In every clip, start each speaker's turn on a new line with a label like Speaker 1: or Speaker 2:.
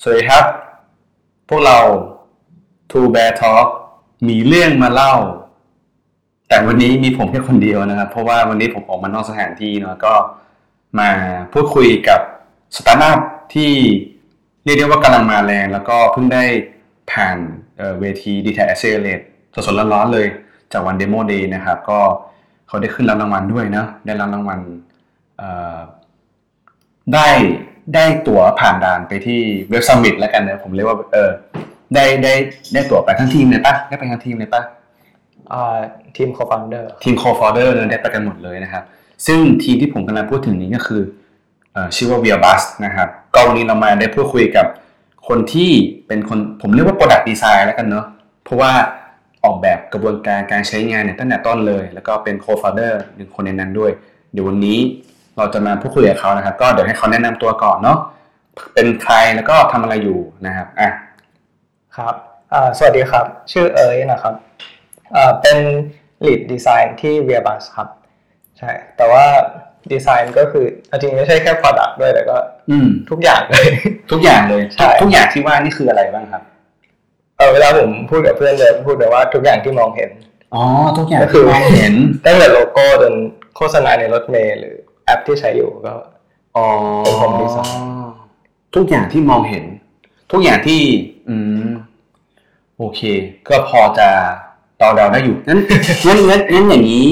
Speaker 1: สวัสดีครับ พวกเรา Two Bear Talk มีเรื่องมาเล่า แต่วันนี้มีผมแค่คนเดียวนะครับ เพราะว่าวันนี้ผมออกมานอกสถานที่เนอะก็มาพูดคุยกับสตาร์ทอัพที่เรียกได้ว่ากำลังมาแรง แล้วก็เพิ่งได้ผ่านเอ่อเวที d t a c c e l e r a t e สดๆร้อนๆเลยจากวัน Demo Day นะครับ ก็เขาได้ขึ้นรับรางวัลด้วยนะ ได้รับรางวัลเอ่อ ได้ได้ตั๋วผ่านด่านไปที่เว็บซัมมิตแล้วกันนะผมเรียกว่าเออได้ได้ได้ตั๋วไปทั้งทีมเลยปะได้ไปทั้งทีมเลยปะ
Speaker 2: อ่าทีม co-founder
Speaker 1: ทีม core founder เลยได้ไปกันหมดเลยนะครับ ซึ่งทีมที่ผมกำลังพูดถึงนี้ก็คือเอ่อชื่อว่า v i a b u s นะครับก็วันนี้เรามาได้พูดคุยกับคนที่เป็นคนผมเรียกว่า product design แล้วกันเนาะเพราะว่าออกแบบกระบวนการการใช้งานเนี่ยตั้งแต่ต้นเลย แล้วก็เป็น co-founder หนึ่งคนในนั้นด้วย เดี๋ยววันนี้เราจะมาพูดคุยกับเขานะครับ ก็เดี๋ยวให้เขาแนะนำตัวก่อนเนาะเป็นใครแล้วก็ทำอะไรอยู่นะครับอ่ะ
Speaker 2: ครับอ่าสวัสดีครับ ชื่อเอ๋ยนะครับอ่าเป็น lead design ที่ v i a b u s ครับ ใช่ แต่ว่า design ก็คือเอาจริงไม่ใช่แค่ product ด้วยแต่ก็
Speaker 1: อืม
Speaker 2: ทุกอย่าง เลย
Speaker 1: ทุกอย่างเลย
Speaker 2: ใช่
Speaker 1: ทุกอย่างที่ว่านี่คืออะไรบ้างครับ
Speaker 2: เออเวลาผมพูดกับเพื่อนจะพูดแต่ว่าทุกอย่างที่มองเห็น
Speaker 1: อ๋อทุกอย่าง
Speaker 2: ก็คือ
Speaker 1: ที่มองเห็น
Speaker 2: ตั้งแต่โลโก้จนโฆษณาในรถเมล์หรือแอปที่ใช้อยู่ก็
Speaker 1: อ๋อ
Speaker 2: เป็นความดีไซน์
Speaker 1: ทุกอย่างที่มองเห็น ทุกอย่างที่ อืม โอเค ก็พอจะเดาๆได้อยู่งั้น งั้นงั้นงั้นอย่างนี้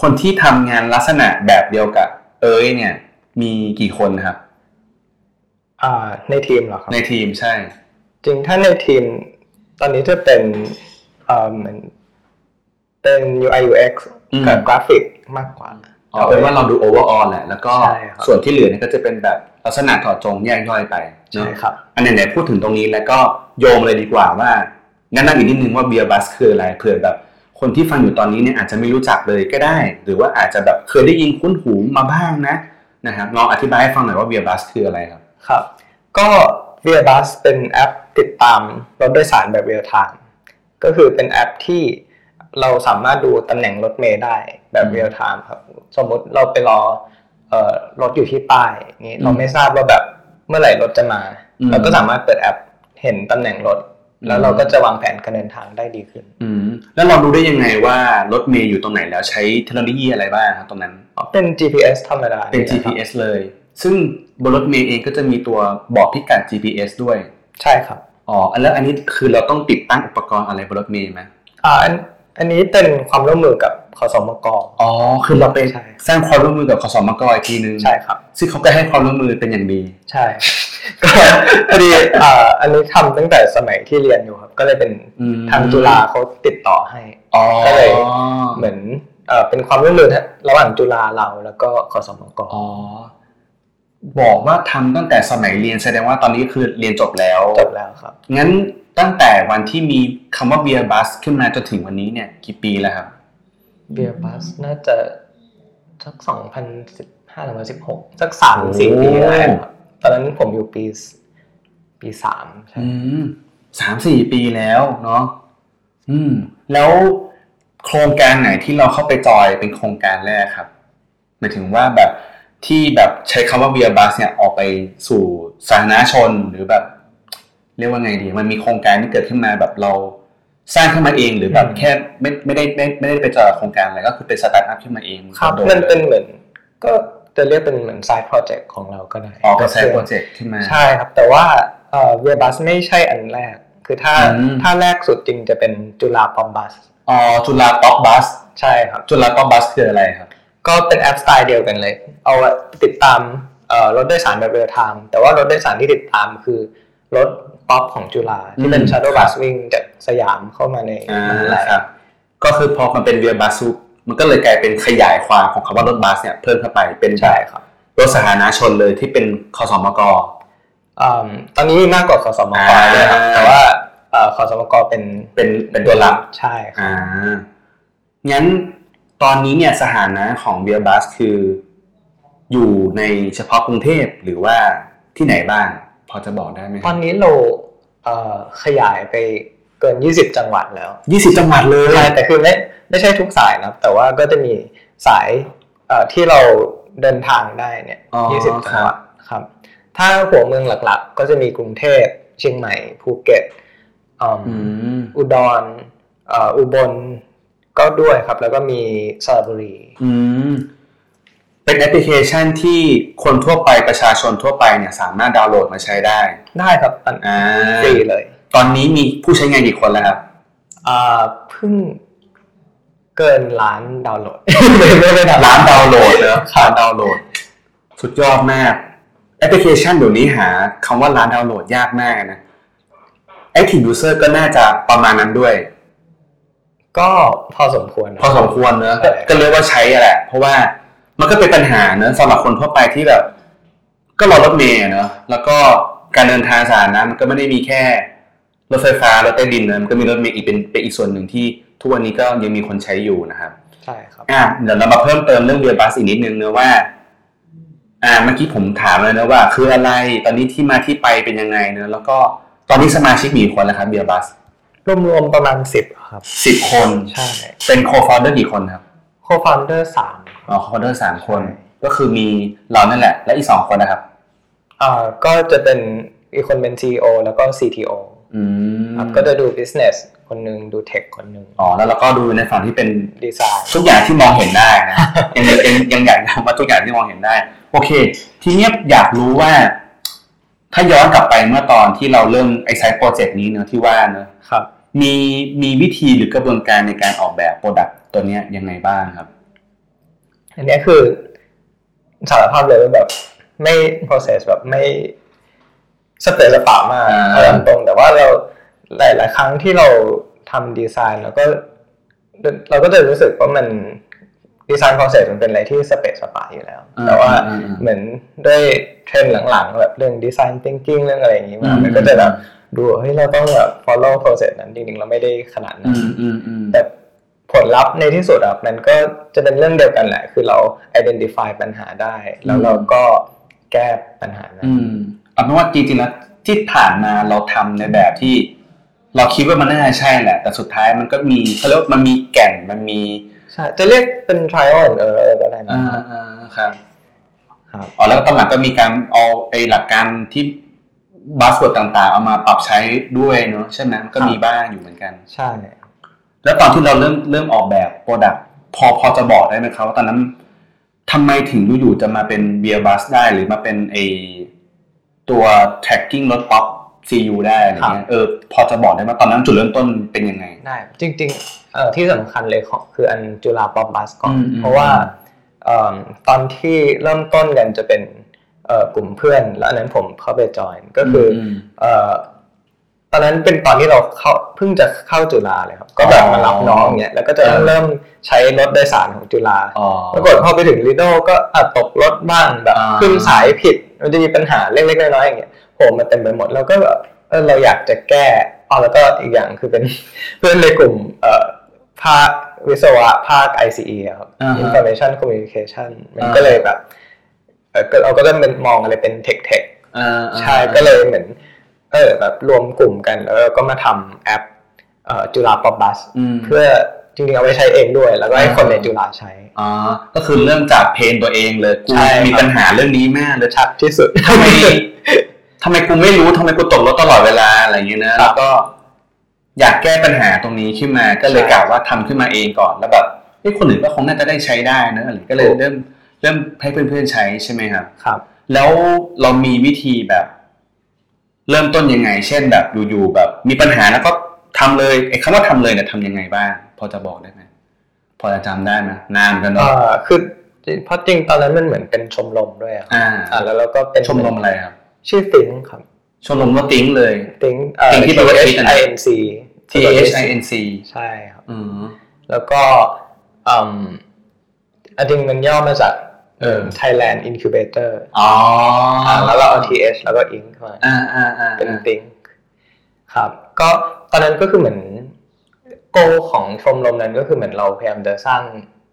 Speaker 1: คนที่ทำงานลักษณะแบบเดียวกับ เอ้ยเนี่ย มีกี่คนครับ
Speaker 2: อ่าในทีมเหรอครับ
Speaker 1: ในทีมใช่
Speaker 2: จริงถ้าในทีมตอนนี้จะเป็นเอ่อเหมือนเป็น UI UX
Speaker 1: อืม
Speaker 2: กับกราฟิกมากกว่า
Speaker 1: เอาเป็นว่าเราดูโอเวอร์ออลแหละ แล้วก็
Speaker 2: ใช่ครับ
Speaker 1: ส่วนที่เหลือเนี่ยก็จะเป็นแบบลักษณะถอดจงแยกย่อยไปเน
Speaker 2: ใช่
Speaker 1: อะ
Speaker 2: ครับ
Speaker 1: อันไหนๆพูดถึงตรงนี้แล้วก็โยงเลยดีกว่าว่าแนะนำอีกนิดนึงว่าเบียร์บัสคืออะไรเผื่อแบบ คนที่ฟังอยู่ตอนนี้เนี่ยอาจจะไม่รู้จักเลยก็ได้ หรือว่าอาจจะแบบเคยได้ยินคุ้นหูมาบ้างนะนะครับลองอธิบายให้ฟังหน่อยว่าเบียร์บัสคืออะไรครับ
Speaker 2: ครับ ก็ v i a b u s เป็นแอปติดตามรถโดยสารแบบเรียลไทม์ก็คือเป็นแอปที่เราสามารถดูตำแหน่งรถเมล์ได้แบบ
Speaker 1: อืม
Speaker 2: เรียลไทม์ครับ สมมุติเราไปรอเอ่อรถอยู่ที่ป้ายอย่างนี้เรา
Speaker 1: อืม
Speaker 2: ไม่ทราบว่าแบบเมื่อไหร่รถจะมา
Speaker 1: อืม
Speaker 2: เราก็สามารถเปิดแอปเห็นตำแหน่งรถ แล้
Speaker 1: อื
Speaker 2: ว
Speaker 1: ม
Speaker 2: เราก็จะวางแผนการเดินทางได้ดีขึ้น
Speaker 1: อืมแล้วเรารู้ได้ยังไงว่ารถเมย์อยู่ตรงไหนแล้วใช้เทคโนโลยีอะไรบ้างครับตรงนั้น
Speaker 2: เป็น GPS ธรรมดา
Speaker 1: เป็น
Speaker 2: ยนะครับ
Speaker 1: GPS เลย ซึ่งบนรถเมย์เองก็จะมีตัวบอกพิกัด GPS ด้วย
Speaker 2: ใช่ครับ
Speaker 1: อ๋อแล้วอันนี้คือเราต้องติดตั้งอุปกรณ์อะไรบนรถเมย์ไหม
Speaker 2: อ่าอันอันนี้เป็นความร่วมมือกับขสมก
Speaker 1: อ๋อ คือเราไป
Speaker 2: ใช่
Speaker 1: สร้างความร่วมมือกับขสมกอีกทีนึง
Speaker 2: ใช่ครับ
Speaker 1: ซึ่งเขาก็ให้ความร่วมมือเป็นอย่างดี
Speaker 2: ใช่ ก็พอดีอ่าอันนี้ทำตั้งแต่สมัยที่เรียนอยู่ครับ ก็เลยเป็น
Speaker 1: อืม
Speaker 2: ทางจุฬาเขาติดต่อให้
Speaker 1: อ๋อ
Speaker 2: ก็เลย เหมือนเอ่อเป็นความร่วมมือระหว่างจุฬาเราแล้วก็ขสมก
Speaker 1: อ๋อ บอกว่าทำตั้งแต่สมัยเรียนแสดงว่าตอนนี้คือเรียนจบแล้ว
Speaker 2: จบแล้วครับ
Speaker 1: งั้นตั้งแต่วันที่มีคำว่าเบียร์บัสขึ้นมาจนถึงวันนี้เนี่ย กี่ปีแล้วครับ
Speaker 2: เบียร์บัสน่าจะสักสองพันสิบห้าหรือว่าสิบหกสักสามสี่ปีได้ครับตอนนั้นผมอยู่ปีสปีสามใช่
Speaker 1: อืมสามสี่ปีแล้วเนาะอืม แล้วโครงการไหนที่เราเข้าไปจอยเป็นโครงการแรกครับหมายถึงว่าแบบที่แบบใช้คำว่าเบียร์บัสเนี่ยออกไปสู่สาธารณชนหรือแบบ เรียกว่าไงดี มันมีโครงการที่เกิดขึ้นมาแบบเราสร้างขึ้นมาเองหรือแบบ
Speaker 2: อืม
Speaker 1: แค่ไม่ไม่ได้ไม่ไม่ได้ไปจอยกับโครงการอะไรก็คือเป็นสตาร์ทอัพขึ้นมาเอง
Speaker 2: ครับ
Speaker 1: โดดลย
Speaker 2: มันเป็นเหมือนก็จะเรียกเป็นเหมือน side project ของเราก็ได้
Speaker 1: ออกกระแส
Speaker 2: คือ
Speaker 1: โปรเจกต์ขึ้นมา
Speaker 2: ใช่ครับ แต่ว่าเอ่อเวบัสไม่ใช่อันแรก คือถ้า
Speaker 1: อืม
Speaker 2: ถ้าแรกสุดจริงจะเป็นจุฬาปอมบัส
Speaker 1: อ๋อจุฬาป๊อปบัส
Speaker 2: ใช่ครับ
Speaker 1: จุฬาป๊อปบัสคืออะไรครับ
Speaker 2: ก็เป็นแอปสไตล์เดียวกันเลย เอาไว้ติดตามเอ่อรถโดยสารแบบเรียลไทม์แต่ว่ารถโดยสารที่ติดตามคือรถป๊อปของจุฬาที่เป็น
Speaker 1: อืม
Speaker 2: ชาร์
Speaker 1: ครับ
Speaker 2: โดั
Speaker 1: บ
Speaker 2: สวิ่งจากสยามเข้ามาใน
Speaker 1: อ่าม
Speaker 2: หาลัย
Speaker 1: ครับก็คือพอมันเป็นเวียบัสปุ๊บมันก็เลยกลายเป็นขยายความของคำว่ารถบัสเนี่ยเพิ่มเข้าไปเป็นแบ
Speaker 2: ใช่
Speaker 1: บ
Speaker 2: ครับ
Speaker 1: รถสาธารณชนเลยที่เป็นคสมก
Speaker 2: อืมตอนนี้มีมากกว่าขสมก
Speaker 1: อ่า
Speaker 2: ด้วยครับแต่ว่าเอ่อขสมกเป็น
Speaker 1: เป็นเป็นตัวหลัก
Speaker 2: ใช่ครับ
Speaker 1: อ่างั้นตอนนี้เนี่ยสถานะของเวียบัสคือ อยู่ในเฉพาะกรุงเทพหรือว่าที่ไหนบ้าง พอจะบอกได้ไหม
Speaker 2: ตอนนี้เราเอ่อขยายไปเกิน 20 จังหวัดแล้ว
Speaker 1: ยี่สิบจังหวัดเลย
Speaker 2: ใช่แต่คือไม่ไม่ใช่ทุกสายนะครับ แต่ว่าก็จะมีสายเอ่อที่เราเดินทางได้เนี่ย
Speaker 1: อ๋อ
Speaker 2: 20 จัง
Speaker 1: ครั
Speaker 2: ห
Speaker 1: บ
Speaker 2: วัดครับ ถ้าหัวเมืองหลักๆ ก็จะมีกรุงเทพเชียงใหม่ภูเก็ตอืม
Speaker 1: อืม
Speaker 2: อุดรเอ่ออุบลก็ด้วยครับ แล้วก็มีสระบุรี
Speaker 1: อืม เป็นแอปพลิเคชันที่คนทั่วไปประชาชนทั่วไปเนี่ย สามารถดาวน์โหลดมาใช้ได้
Speaker 2: ได้ครับอัน
Speaker 1: อ่า
Speaker 2: ฟรีเลย
Speaker 1: ตอนนี้มีผู้ใช้งานกี่คนแล้วครับ
Speaker 2: อ่าเพิ่งเกินล้านดาวน์โหลด
Speaker 1: ร้านดาวน์โหลดเนอะร้านดาวน์โหลด สุดยอดมาก แอปพลิเคชันเดี๋ยวนี้หาคำว่าร้านดาวน์โหลดยากมากนะ Active User ก็น่าจะประมาณนั้นด้วย
Speaker 2: ก็พอสมควรนะ
Speaker 1: พอสมควรเนอะ
Speaker 2: ใช่
Speaker 1: ก็เลยว่าใช้อะแหละ เพราะว่ามันก็เป็นปัญหาเนอะสำหรับคนทั่วไปที่แบบ ก็รอรถเมล์เนอะแล้วก็การเดินทางสาธารณะมันก็ไม่ได้มีแค่รถไฟฟ้ารถใต้ดินเนอะมันก็มีรถเมล์อีกเป็นเป็นอีกส่วนหนึ่งที่ทุกวันนี้ก็ยังมีคนใช้อยู่นะครับ
Speaker 2: ใช่ครับ
Speaker 1: อ่ะเดี๋ยวเรามาเพิ่มเติมเรื่องเรือบัสอีกนิดนึงเนะว่า อ่าเมื่อกี้ผมถามเลยนะว่า คืออะไรตอนนี้ที่มาที่ไปเป็นยังไงเนอะแล้วก็ตอนนี้สมาชิกมีกี่คนแล้วครับเรือบัส
Speaker 2: รวมๆประมาณสิบครับ
Speaker 1: สิบคน
Speaker 2: ใช่
Speaker 1: เป็นโคฟ o เดอร์กี่คนครับ
Speaker 2: โคฟาวเดอร์สาม
Speaker 1: อ๋อโคฟเดอร์สามคน ก็คือมีเรานั่นแหละ และอีกสองคนนะครับ
Speaker 2: อ่าก็จะเป็นอีกคนเป็น CEO แล้วก็ CTO
Speaker 1: อืม
Speaker 2: ครับก็จะดู business คนหนึ่งดู tech คนหนึ่ง
Speaker 1: อ๋อแล้วเราก็ดูในฝั่งที่เป็น
Speaker 2: ดีไซน์
Speaker 1: ทุกอย่างที่มองเห็นได้ นะ ยังยังยังอยากทำว่าทุกอย่างที่มองเห็นได้ โอเค ทีเนี้ยอยากรู้ว่า ถ้าย้อนกลับไปเมื่อตอนที่เราเริ่มไอไซต์โปรเจกต์นี้เนอะที่ว่าเนอะ
Speaker 2: ครับ
Speaker 1: มีมีวิธีหรือกระบวนการในการออกแบบโปรดักต์ตัวเนี้ยยังไงบ้างครับ
Speaker 2: อันเนี้ยคือสารภาพเลยว่าแบบไม่ process แบบไม่สเปซสปามาก
Speaker 1: อ่า
Speaker 2: เอาตรงๆแต่ว่าเราหลาย ๆ ครั้งที่เราทำดีไซน์แล้วก็ เราก็จะรู้สึกว่ามันดีไซน์ process มันเป็นอะไรที่สเปซสปาอยู่แล้ว แต่ว่า
Speaker 1: อืม
Speaker 2: เหมือนด้วยเทรนด์หลัง ๆ แบบเรื่องดีไซน์ thinking เรื่องอะไรอย่างนี้มา
Speaker 1: อืม
Speaker 2: มันก็จะแบบดูเฮ้ยเราต้องแบบ follow process นั้นจริง ๆ เราไม่ได้ขนาดนั้
Speaker 1: อื
Speaker 2: น
Speaker 1: มอืมอืม
Speaker 2: แต่ผลลัพธ์ในที่สุดอะมันก็จะเป็นเรื่องเดียวกันแหละ คือเรา identify ปัญหาได้ แล้วเราก็แก้ปัญหานั้น
Speaker 1: อืมเอาเป็นว่าจริงๆแล้วที่ผ่านมาเราทำในแบบที่ เราคิดว่ามันน่าจะใช่แหละ แต่สุดท้ายมันก็มีเขาเรียกว่ามันมีแก่นมันมี
Speaker 2: ใช่จะเรียกเป็น trial and error ก็ได้นะ
Speaker 1: อ่าอ่าครับ
Speaker 2: ครับ
Speaker 1: อ๋อแล้วก็ตอนหลังก็มีการเอาไอ้หลักการที่บัสเวิร์ดต่างๆ เอามาปรับใช้ด้วยเนอะใช่ไหมมันก็
Speaker 2: ครับ
Speaker 1: มีบ้างอยู่เหมือนกัน
Speaker 2: ใช่
Speaker 1: แล้วตอนที่เราเริ่มเริ่มออกแบบโปรดักต์พอพอจะบอกได้ไหมครับว่าตอนนั้นทำไมถึงอยู่ๆจะมาเป็นเบียร์บัสได้หรือมาเป็นไอตัว tracking รถป๊อป CU ได้อะไรเงี้ยเออพอจะบอกได้ไหมตอนนั้นจุดเริ่มต้นเป็นยังไง
Speaker 2: ได้จริงๆเอ่อที่สำคัญเลยของคืออันจุฬาปอมบัสก่อน
Speaker 1: อืมอืม
Speaker 2: เพราะว่าเอิ่มตอนที่เริ่มต้นกันจะเป็นเอ่อกลุ่มเพื่อน แล้วอันนั้นผมเข้าไปจอยก็คืออ
Speaker 1: ม
Speaker 2: เอ่อตอนนั้นเป็นตอนที่เราเข้าเพิ่งจะเข้าจุฬาเลยครับ ก็แบบมารับน้องเนี่ยแล้วก็จะ
Speaker 1: อ่า
Speaker 2: เริ่มใช้รถโดยสารของจุฬา
Speaker 1: อ๋อ
Speaker 2: ปรากฏพอไปถึงลิโดก็อ่ะตกรถบ้างแบบ
Speaker 1: อ่า
Speaker 2: ขึ้นสายผิดมันจะมีปัญหาเล็กๆน้อยๆอย่างเงี้ยโหมาเต็มไปหมดแล้วก็แบบเออเราอยากจะแก้อ๋อแล้วก็อีกอย่างคือเป็น เพื่อนในกลุ่มเอ่อภาควิศวะภาค ICE อะครับ
Speaker 1: อ่าฮะ
Speaker 2: Information Communication มันก็เลยแบบเออก็เราก็จะเป็นมองอะไรเป็นเทคเทค
Speaker 1: อ่าอ่า
Speaker 2: ใช่ก็เลยเหมือนเออแบบรวมกลุ่มกันแล้วก็มาทำแอปเอ่อจุฬาป๊อปบัส
Speaker 1: อืม
Speaker 2: เพื่อจริงๆเอาไว้ใช้เองด้วย แล้วก็ให้คนในจุฬาใช้
Speaker 1: อ๋อก็คือเริ่มจากเพนตัวเองเลยกู
Speaker 2: ใช่ครับ
Speaker 1: มีปัญหาเรื่องนี้มากเลย
Speaker 2: ชัดที่สุด
Speaker 1: ทำไมทำไมกูไม่รู้ทำไมกูตกรถตลอดเวลาอะไรอย่างเงี้ยนะแล้วก็ อยากแก้ปัญหาตรงนี้ขึ้นมา ก็เลย
Speaker 2: ใช่
Speaker 1: กล่าวว่าทำขึ้นมาเองก่อนแล้วแบบเอ้ยคนอื่นก็คงน่าจะได้ใช้ได้นะอะไรก็เลย
Speaker 2: ถูก
Speaker 1: เริ่มเริ่มให้เพื่อนๆใช้ใช่ไหมครับ
Speaker 2: ครับ
Speaker 1: แล้วเรามีวิธีแบบ เริ่มต้นยังไง เช่นแบบอยู่ๆแบบ มีปัญหาแล้วก็ทำเลยไอ้คำว่าทำเลยเนี่ยทำยังไงบ้าง พอจะบอกได้ไหมพอจะจำได้ไหมนานเหมือนกัน
Speaker 2: เอ่
Speaker 1: เนาะ
Speaker 2: อคือเพราะจริงตอนนั้นมันเหมือนเป็นชมรมด้วยอะครับ
Speaker 1: อ่า
Speaker 2: อ่าแล้วเราก็เป็น
Speaker 1: ชมรมอะไรครับ
Speaker 2: ชื่อติงครับ
Speaker 1: ชมรมว่าติ้งเลย
Speaker 2: ติง
Speaker 1: Think ที่แปลว่า Think อะนะ
Speaker 2: I N C
Speaker 1: T H I N C
Speaker 2: ใช่ครับ
Speaker 1: อืม
Speaker 2: แล้วก็อืมอันจริงมันย่อมาจาก
Speaker 1: เออ
Speaker 2: Thailand Incubator
Speaker 1: อ๋อ
Speaker 2: อ่าแล้วเราเอา T H แล้วก็ Inc เข้ามา
Speaker 1: อ่าอ่าอ่า
Speaker 2: เป็นติงครับ ก็ตอนนั้นก็คือเหมือนโกของชมรมนั้นก็คือเหมือนเราพยายามจะสร้าง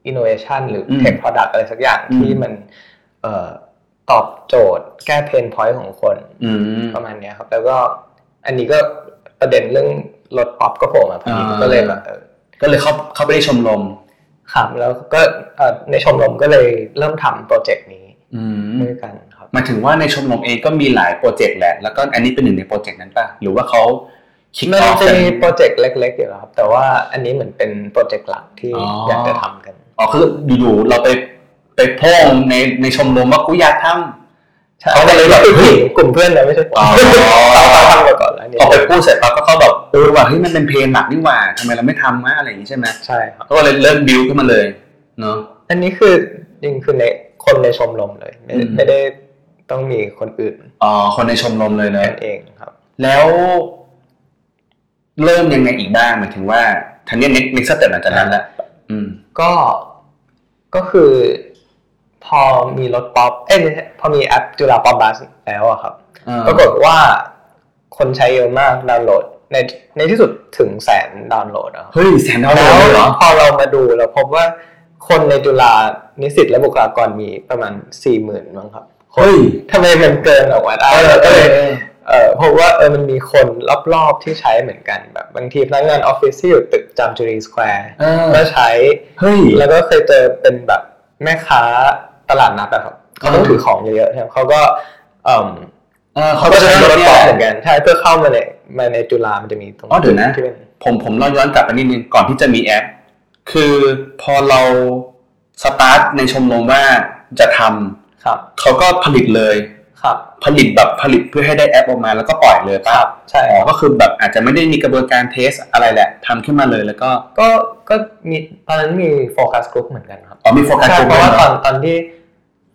Speaker 2: innovation หรืออ
Speaker 1: ม
Speaker 2: tech product อะไรสักอย่าง
Speaker 1: อืม
Speaker 2: ที่มันเอ่อตอบโจทย์แก้เพนพอยต์ของคน
Speaker 1: อืม
Speaker 2: ประมาณเนี้ยครับ แล้วก็อันนี้ก็ประเด็นเรื่องรถป๊อปก็โผล่มาพอดี
Speaker 1: อ่า
Speaker 2: ก็เลยแบบเออ
Speaker 1: ก็เลยเข้าเข้าไปได้ชมรม
Speaker 2: ครับแล้วก็เอ่อในชมรมก็เลยเริ่มทำโปรเจกต์นี้
Speaker 1: อืม
Speaker 2: ด้วยกันครับ
Speaker 1: หมายถึงว่าในชมรมเองก็มีหลายโปรเจกต์แหละ แล้วก็อันนี้เป็นหนึ่งในโปรเจกต์นั้นป่ะ หรือว่าเขา kick
Speaker 2: มัน
Speaker 1: off
Speaker 2: จะมี
Speaker 1: กัน
Speaker 2: โปรเจกต์เล็กๆอยู่แล้วครับ แต่ว่าอันนี้เหมือนเป็นโปรเจกต์หลักที่
Speaker 1: อ๋ออ
Speaker 2: อยากจะทำกัน
Speaker 1: อ๋อคืออยู่ๆเราไปไปโพ่งในในชมรมว่ากูอยากทำ
Speaker 2: ใช่
Speaker 1: เขาก็เลยแบบเฮ้ย
Speaker 2: กลุ่มเพื่อนนะไม่ใช่ผม
Speaker 1: อ๋อ
Speaker 2: เราทำกันก่อนแล้วนี่
Speaker 1: พอไปพูดเสร็จปั๊บก็เขาแบบเออว่าเฮ้ยมันเป็นเพลงหนักนี่หว่าทำไมเราไม่ทำวะอะไรอย่างนี้ใช่ไหม
Speaker 2: ใช่ครับ
Speaker 1: ก็เลยเริ่มบิวขึ้นมาเลยเนาะ
Speaker 2: อันนี้คือจริงคือในคนในชมรมเลย ไม่
Speaker 1: อืม
Speaker 2: ไม่ได้ต้องมีคนอื่น
Speaker 1: อ๋อคนในชมรมเลยเนอะ
Speaker 2: กันเองครับ
Speaker 1: แล้วเริ่มยังไงอีกบ้างหมายถึงว่าทันเนี้ยนิกนิกสเต็ปหลังจากนั้นละอืม
Speaker 2: ก็ก็คือพอมีรถป๊อปเอ้ยไม่ใช่พอมีแอปจุฬาป๊อปบัสแล้วอะครับ ปรากฏว่าคนใช้เยอะมากดาวน์โหลด ในในที่สุดถึงแสนดาวน์โหลดอะครับ
Speaker 1: เฮ้ยแสนดาวน์โหลด
Speaker 2: แล้ว
Speaker 1: เลยเหรอ
Speaker 2: พอเรามาดูเราพบว่าคนในจุฬานิสิตและบุคลากรมีประมาณสี่หมื่นมั้งครับ
Speaker 1: เฮ้ย
Speaker 2: ทำไมมันเกินออกมาได้เราก็เลย เออเพราะว่าเออมันมีคนรอบๆที่ใช้เหมือนกันแบบบางทีพนักงานออฟฟิศที่อยู่ตึกจามจุรีสแควร์
Speaker 1: เออ
Speaker 2: ก็ใช้
Speaker 1: เฮ้ย
Speaker 2: แล้วก็เคยเจอเป็นแบบแม่ค้าตลาดนัดอะครับเขาต้อง
Speaker 1: อ่า
Speaker 2: ถือของเยอะๆใช่ไหมเขาก็เอม
Speaker 1: เออเขา
Speaker 2: เขา
Speaker 1: ก็
Speaker 2: ก็
Speaker 1: จะร
Speaker 2: ใช้ร
Speaker 1: ถ
Speaker 2: ถ
Speaker 1: เนี่ย
Speaker 2: ปลอมเหมือนกันใช่เพื่อเข้ามาในมาในจุฬามันจะมีตรง
Speaker 1: อ๋อเดี๋ยวนะ
Speaker 2: ที่เป็น
Speaker 1: ผมผมเล่าย้อนกลับไปนิดนึงก่อนที่จะมีแอป คือพอเราสตาร์ทในชมรมว่าจะท
Speaker 2: ครับ
Speaker 1: ำเขาก็ผลิตเลย
Speaker 2: ครับ
Speaker 1: ผลิตแบบผลิตเพื่อให้ได้แอปออกมาแล้วก็ปล่อยเลยป่ะ
Speaker 2: ใช่
Speaker 1: อ๋อก็คือแบบอาจจะไม่ได้มีกระบวนการเทสอะไรแหละทำขึ้นมาเลยแล้วก็
Speaker 2: ก็ก็มีตอนนั้นมีโฟกัสกลุ่มเหมือนกันครับ
Speaker 1: อ๋อมีโฟกัส
Speaker 2: ใช่
Speaker 1: กลุ่ม
Speaker 2: เพราะ
Speaker 1: ด้ย
Speaker 2: ว่า
Speaker 1: ห
Speaker 2: ต
Speaker 1: อ
Speaker 2: อนตอนที่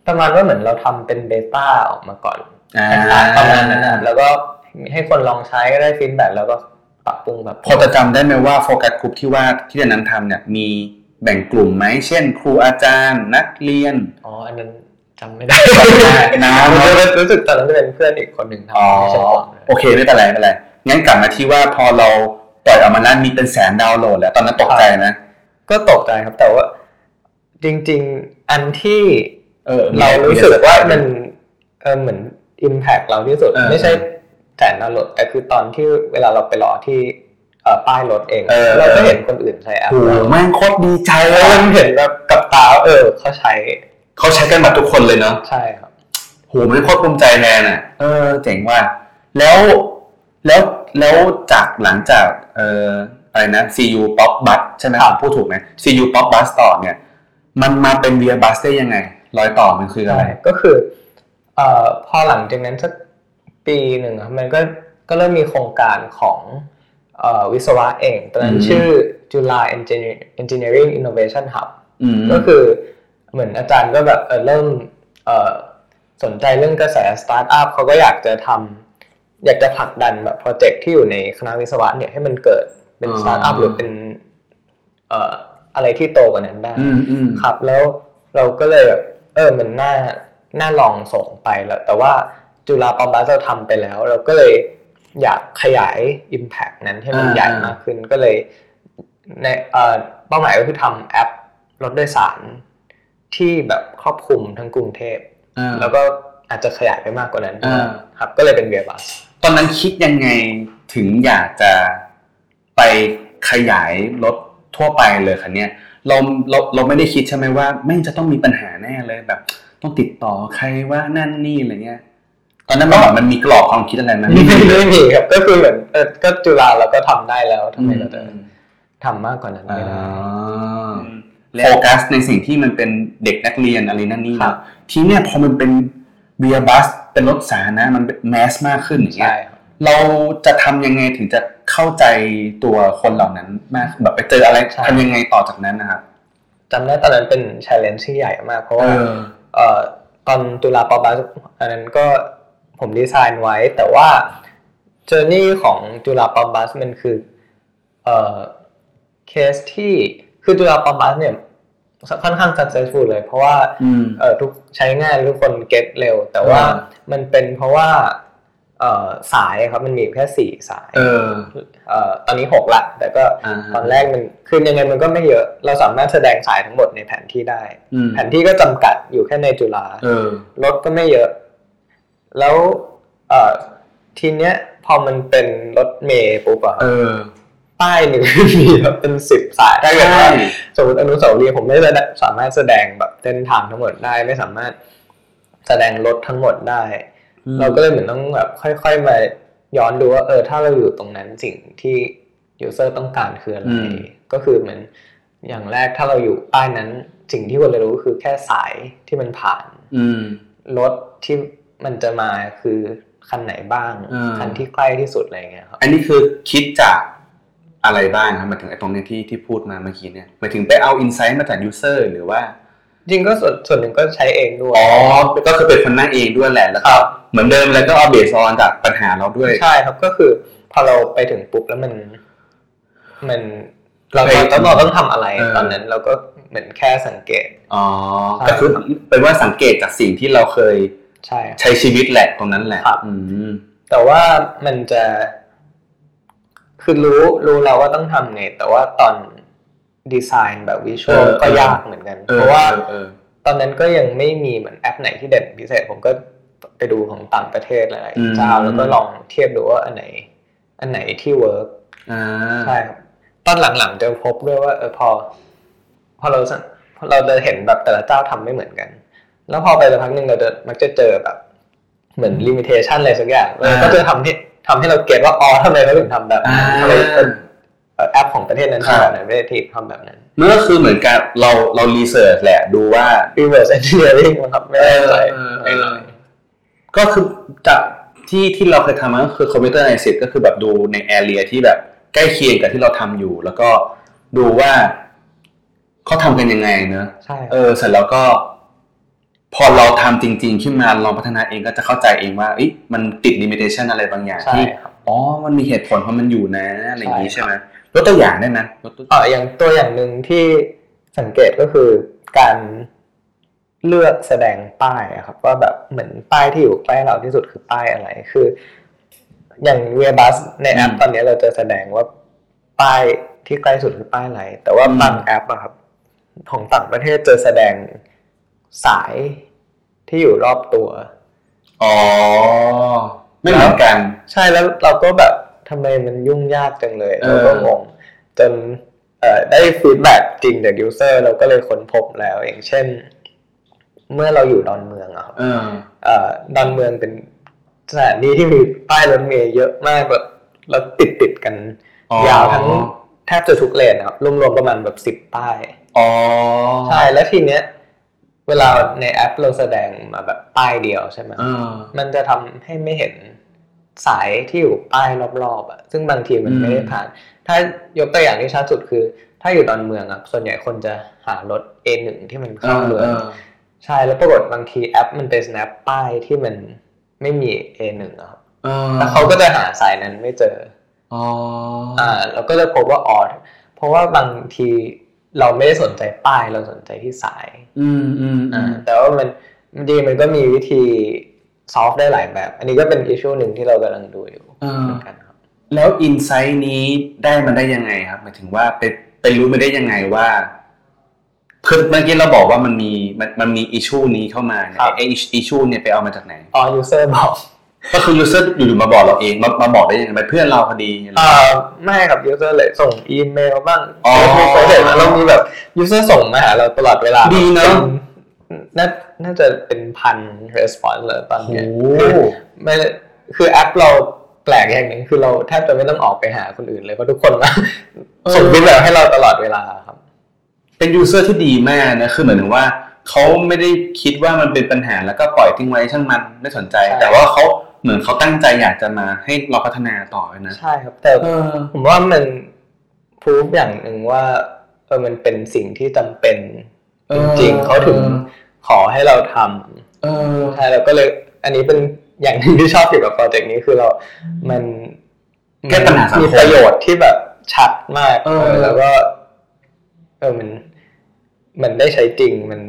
Speaker 2: ประมาณว่าเหมือนเราทำเป็นเบต้าออกมาก่อน
Speaker 1: อ่า
Speaker 2: ประมาณนั้นนะครับแล้วก็ให้คนลองใช้ก็ได้ฟีดแบ็กแล้วก็ปรับปรุงแบบ
Speaker 1: พอจะจำได้ไหมว่าโฟกัสกลุ่มที่ว่าที่จะนั้นทำเนี่ยมีแบ่งกลุ่มไหมเช่น ครูอาจารย์ นักเรียน
Speaker 2: อ๋ออันนั้นจำไม่ได้
Speaker 1: นะ
Speaker 2: รู้สึกรู้สึกตอนนั้นจะเป็นเพื่อนอีกคนหนึ่งทำไม่ใช่ผม
Speaker 1: โอเคไม่เป็นไรไม่เป็นไรงั้นกลับมาที่ว่าพอเราปล่อยออกมาแล้วมีเป็นแสนดาวน์โหลดแล้วตอนนั้นตกใจนะ
Speaker 2: ก็ตกใจครับแต่ว่าจริง ๆ อันที่
Speaker 1: เออ
Speaker 2: เรารู้สึกว่ามันเออเหมือนอิมแพกเราที่สุด
Speaker 1: เออ
Speaker 2: ไม่ใช่แสนดาวน์โหลดแต่คือตอนที่เวลาเราไปรอที่เอ่อป้ายรถเอง
Speaker 1: เออ
Speaker 2: เราก็เห็นคนอื่นใช้แอป
Speaker 1: โอ้โห
Speaker 2: เรา
Speaker 1: แม่งโคตรดีใจเลย
Speaker 2: แล้
Speaker 1: ว อะ
Speaker 2: มันเห็นแบบกับตาว่าเออเขาใช้
Speaker 1: เขาใช้กันแบบทุกคนเลยเนาะ
Speaker 2: ใช่ครับ
Speaker 1: โหมันโคตรภูมิใจแนนอ่ะ เออ เจ๋งว่ะแล้วแล้วแล้วจากหลังจากเอ่ออะไรนะ CU Pop Bus ใช่ไหม
Speaker 2: ครับ
Speaker 1: ผมพูดถูกไหม CU Pop Bus ต่อเนี่ย มันมาเป็น Via Bus ได้ยังไง รอยต่อมันคืออะไร
Speaker 2: ก็คือเอ่อพอหลังจากนั้นสักปีหนึ่งอะมันก็ก็เริ่มมีโครงการของเอ่อวิศวะเองตอนนั้
Speaker 1: อื
Speaker 2: น
Speaker 1: ม
Speaker 2: ชื่อจุฬา Engineer- Engineering Innovation Hub
Speaker 1: อืม
Speaker 2: ก็คือเหมือนอาจารย์ก็แบบเออเริ่มเอ่อสนใจเรื่องกระแสสตาร์ทอัพเขาก็อยากจะทำอยากจะผลักดันแบบโปรเจกต์ที่อยู่ในคณะวิศวะเนี่ยให้มันเกิดเป็น
Speaker 1: อ๋อ
Speaker 2: สตาร์ทอัพหรือเป็นเอ่ออะไรที่โตกว่านั้นได้
Speaker 1: อืมอืม
Speaker 2: ครับแล้วเราก็เลยแบบเออมันน่าน่าลองส่งไปแล้ว แต่ว่าจุฬาปอมบัสเราทำไปแล้ว เราก็เลยอยากขยาย Impact นั้นให้มันใหญ่มากขึ้นก็เลยในเอ่อเป้าหมายก็คือทำแอปรถโดยสาร ที่แบบครอบคลุมทั้งกรุงเทพ
Speaker 1: อ่า
Speaker 2: แล้วก็อาจจะขยายไปมากกว่านั้น
Speaker 1: อ่า
Speaker 2: ครับก็เลยเป็นเวีย บัส
Speaker 1: ตอนนั้นคิดยังไงถึงอยากจะไปขยายรถทั่วไปเลยคันเนี้ยเราเราเราไม่ได้คิดใช่ไหมว่าแม่งจะต้องมีปัญหาแน่เลยแบบ ต้องติดต่อใครว่านั่นนี่อะไรเงี้ย ตอนนั้นมันแบบมันมีกรอบความคิดอะไรไหม
Speaker 2: ไม่มีครับก็คือเหมือนเออก็จุฬาเราก็ทำได้แล้วทำไมเราจะทำมากกว่านั้น
Speaker 1: อ่
Speaker 2: ไม่ได้
Speaker 1: าโฟกัสในสิ่งที่มันเป็นเด็กนักเรียนอะไรนั่นนี่
Speaker 2: ครับ
Speaker 1: ทีเนี้ยพอมันเป็นเบียบัสเป็นรถสาธารณะมันแมสมากขึ้นอย่างเงี้
Speaker 2: ใช่
Speaker 1: ย
Speaker 2: ครับ
Speaker 1: เราจะทำยังไงถึงจะเข้าใจตัวคนเหล่านั้นมากแบบไปเจออะไร
Speaker 2: ใช่
Speaker 1: ทำยังไงต่อจากนั้นนะครับ
Speaker 2: จำได้ตอนนั้นเป็น challenge ที่ใหญ่มาก เพราะว่า
Speaker 1: อ
Speaker 2: เอ่อตอนตุลาปอบัสอันนั้นก็ผมดีไซน์ไว้ แต่ว่าเจอร์นี่ของจุลาปอบัสมันคือเอ่อเคสที่คือจุลาปอบัสเนี่ยค่อนข้าง successful เลย เพราะว่า
Speaker 1: อืม
Speaker 2: เอ่อทุกใช้ง่ายทุกคนเก็ตเร็ว แต่ว่า
Speaker 1: เออ
Speaker 2: มันเป็นเพราะว่าเอ่อสายครับมันมีอยู่แค่สี่สาย
Speaker 1: เออ
Speaker 2: เอ่อตอนนี้หกละแต่ก็
Speaker 1: อ่าฮะ
Speaker 2: ตอนแรกมันคือยังไงมันก็ไม่เยอะ เราสามารถแสดงสายทั้งหมดในแผนที่ได้
Speaker 1: อืม
Speaker 2: แผนที่ก็จำกัดอยู่แค่ในจุฬา
Speaker 1: เออ
Speaker 2: รถก็ไม่เยอะ แล้วเอ่อทีเนี้ยพอมันเป็นรถเมย์ปุ๊บอะ
Speaker 1: เออ
Speaker 2: ป้ายหนึ่ง มีแบบเป็นสิบสายถ้าเกิดว่า
Speaker 1: ใช่
Speaker 2: สมมติอนุสาวรีย์ผมไม่สามารถแสดงแบบเส้นทางทั้งหมดได้ไม่สามารถ แสดงรถทั้งหมดได้ เราก็เลยเหมือนต้องแบบค่อยๆมาย้อนดูว่าเออถ้าเราอยู่ตรงนั้นสิ่งที่ user ต้องการคืออะไร
Speaker 1: อืม
Speaker 2: ก็คือเหมือนอย่างแรกถ้าเราอยู่ป้ายนั้นสิ่งที่ควรจะรู้คือแค่สายที่มันผ่าน
Speaker 1: อืม
Speaker 2: รถที่มันจะมาคือคันไหนบ้าง
Speaker 1: อ่า
Speaker 2: คันที่ใกล้ที่สุดอะไรอย่างเงี้ยครับ
Speaker 1: อันนี้คือคิดจากอะไรบ้างครับหมายถึงไอ้ตรงเนี้ยที่ที่พูดมาเมื่อกี้เนี่ยหมายถึงไปเอาอินไซต์มาจากยูเซอร์หรือว่า
Speaker 2: จริงก็ส่วนส่วนหนึ่งก็ใช้เองด้วย
Speaker 1: อ๋อ ก็คือเป็นคนนั่งเองด้วยแหละ แล้วก็เหมือนเดิมแล้วก็เอาเบสออนจากปัญหาเราด้วย
Speaker 2: ใช่ครับก็คือพอเราไปถึงปุ๊บแล้วมัน มันเรา
Speaker 1: ไป
Speaker 2: ต้องเราต้องทำอะไร
Speaker 1: เออ
Speaker 2: ตอนนั้นเราก็เหมือนแค่สังเกต
Speaker 1: อ๋อ
Speaker 2: ใช่
Speaker 1: ก็คือเป็นว่าสังเกตจากสิ่งที่เราเคย
Speaker 2: ใช่
Speaker 1: ใช้ชีวิตแหละตรงนั้นแหละ
Speaker 2: ครับ
Speaker 1: อืม
Speaker 2: แต่ว่ามันจะ คือรู้รู้แล้วว่าต้องทำไง แต่ว่าตอนดีไซน์แบบวิชวล
Speaker 1: เออ
Speaker 2: ก็
Speaker 1: เออ
Speaker 2: ยากเหมือนกัน
Speaker 1: ออ
Speaker 2: เพราะว่า
Speaker 1: เออ
Speaker 2: ตอนนั้นก็ยังไม่มีเหมือนแอปไหนที่เด่นพิเศษ ผมก็ไปดูของต่างประเทศหลาย
Speaker 1: อืม
Speaker 2: ๆเจ้าแล้วก็ลองเทียบดูว่าอันไหน อันไหนที่เวิร์ก
Speaker 1: เอออ่า
Speaker 2: ใช่ครับตอนหลังๆจะพบด้วยว่าเออพอ พอเราสังพอเราจะเห็นแบบแต่ละเจ้าทำไม่เหมือนกัน แล้วพอไปสักพักหนึ่งเราจะมักจะเจอแบบ เหมือนลิมิเ t ชันอะไรสักอย่างแล้วก็จะทำให้ทำให้เราเก็ตว่าอ๋อทำไมเขาถึงทำแบบ
Speaker 1: อ่า
Speaker 2: นั้นทำไมเออเอ่อแอปของประเทศนั้น
Speaker 1: ครับ
Speaker 2: ทำแบบนั้นประเทศที่ทำแบบนั้น
Speaker 1: มันก็คือเหมือนกับเราเรารีเสิร์ชแหละดูว่า
Speaker 2: reverse engineering มั้งครับไม่แน่ใจ
Speaker 1: เออเออเออ ก็คือจากที่ที่เราเคยทำมาก็คือคอมพิวเตอร์ไอซิก็คือแบบดูในแอเรียที่แบบใกล้เคียงกับที่เราทำอยู่ แล้วก็ดูว่าเขาทำกันยังไงเนอะ
Speaker 2: ใช่ครับ
Speaker 1: เออเสร็จแล้วก็ พอเราทำจริง ๆ ขึ้นมาลองพัฒนาเองก็จะเข้าใจเองว่าเอ๊ะมันติดลิมิเตชันอะไรบางอย่าง
Speaker 2: ใช่
Speaker 1: ที่
Speaker 2: ครับ
Speaker 1: อ๋อมันมีเหตุผลเพราะมันอยู่นะอะไรอย่างนี้ใช่ไหมยกตัวอย่างได้ไหมยกตัว
Speaker 2: เอ่ออย่างตัวอย่างหนึ่งที่สังเกตก็คือการเลือกแสดงป้ายอะครับว่าแบบเหมือนป้ายที่อยู่ใกล้เราที่สุดคือป้ายอะไรคือ อย่างเวียบัสในแอปตอนนี้เราจะแสดงว่าป้ายที่ใกล้สุดคือป้ายอะไร แต่ว่าบางแอปอะครับ ของต่างประเทศจะแสดงสายที่อยู่รอบตัว
Speaker 1: อ๋อไม่เหมือนกัน
Speaker 2: ใช่แล้วเราก็แบบทำไมมันยุ่งยากจังเลย
Speaker 1: เออ
Speaker 2: เราก็งงจนเอ่อได้ฟีดแบ็กจริงจากยูเซอร์เราก็เลยค้นพบแล้วอย่างเช่น เมื่อเราอยู่ดอนเมืองอะครับ
Speaker 1: เออ
Speaker 2: เอ่อดอนเมืองเป็นสถานที่ที่มีป้ายรถเมล์เยอะมากแบบแล้วติดติดๆกัน
Speaker 1: อ๋อ
Speaker 2: ยาวทั้งแทบจะทุกเลนนะครับรวมๆประมาณแบบสิบป้าย
Speaker 1: อ๋อ
Speaker 2: ใช่แล้วทีเนี้ย เวลาในแอปเราแสดงมาแบบป้ายเดียวใช่ไหม
Speaker 1: เออ
Speaker 2: มันจะทำให้ไม่เห็นสายที่อยู่ป้ายรอบๆอ่ะซึ่งบางทีมัน
Speaker 1: อืม
Speaker 2: ไม่ได้ผ่าน ถ้ายกตัวอย่างที่ชัดสุดคือ ถ้าอยู่ดอนเมืองอ่ะส่วนใหญ่คนจะหารถ A1 ที่มัน
Speaker 1: เอ
Speaker 2: เข้า
Speaker 1: อ
Speaker 2: เมือ
Speaker 1: เอง อ
Speaker 2: ใช่แล้วปรากฏบางทีแอปมันไป snap ป้ายที่มันไม่มี A1 อะครับ
Speaker 1: เออ
Speaker 2: แล้วเขาก็จะหาสายนั้นไม่เจอ
Speaker 1: อ๋อ
Speaker 2: อ่าเราก็เลยพบว่าอ๋อเพราะว่าบางทีเราไม่ได้สนใจป้ายเราสนใจที่สาย
Speaker 1: อืมอืมอืม
Speaker 2: แต่ว่ามันจริงๆมันก็มีวิธีซอฟได้หลายแบบ อันนี้ก็เป็นอิช e หนึ่งที่เรากำลังดูอยู่เหมือนกันครับ
Speaker 1: แล้วอินไซต์นี้ได้มันได้ยังไงครับหมายถึงว่าไปไปรู้มาได้ยังไงว่าคือเมื่อกี้เราบอกว่ามันมีมันมันมีอิชูนี้เข้ามาเนี่ยไออิชูเนี่ยไปเอามาจากไหน
Speaker 2: อ๋อ user บอก
Speaker 1: ก็คือยูเซอร์อยู่ๆมาบอกเราเองมามาบอกได้ยังไงเพื่อนเราพอดี
Speaker 2: เอ่อไม่ครับ user เลยส่งอีเมลบ้าง
Speaker 1: อ๋อ
Speaker 2: เฟซบุ๊กมาเรามีแบบ user ส่งมาหาเราตลอดเวลา
Speaker 1: ดีเนอะ
Speaker 2: เป็นน่าน่าจะเป็นพัน response เลยตอน
Speaker 1: โอ้
Speaker 2: เนี้ย
Speaker 1: โห
Speaker 2: ไม่ได้คือแอปเราแปลกอย่างหนึ่งคือเราแทบจะไม่ต้องออกไปหาคนอื่นเลยเพราะทุกคนมาส่งฟีดแบ็กให้เราตลอดเวลาครับ
Speaker 1: เป็นยูเซอร์ที่ดีมากนะคือเหมือนถึงว่าเขาไม่ได้คิดว่ามันเป็นปัญหาแล้วก็ปล่อยทิ้งไว้ช่างมันไม่สนใจ
Speaker 2: ใช่
Speaker 1: แต่ว่าเขาเหมือนเขาตั้งใจอยากจะมาให้เราพัฒนาต่อเลยนะ
Speaker 2: ใช่ครับแต่
Speaker 1: เออ
Speaker 2: ผมว่ามันพูฟอย่างหนึ่งว่าเออมันเป็นสิ่งที่จำเป็น
Speaker 1: เอ
Speaker 2: จ
Speaker 1: อ
Speaker 2: ริงๆเขาถึง
Speaker 1: เออ
Speaker 2: ขอให้เราท
Speaker 1: เออ
Speaker 2: ำใช่แล้วก็เลยอันนี้เป็นอย่างหนึ่งที่ชอบเกี่ยวกับโปรเจกต์นี้คือเรามัน
Speaker 1: แก้ปัญหาสังคม
Speaker 2: มีประโยชน์ที่แบบชัดมาก
Speaker 1: เออ
Speaker 2: แล้วก็ เออมันมันได้ใช้จริงมัน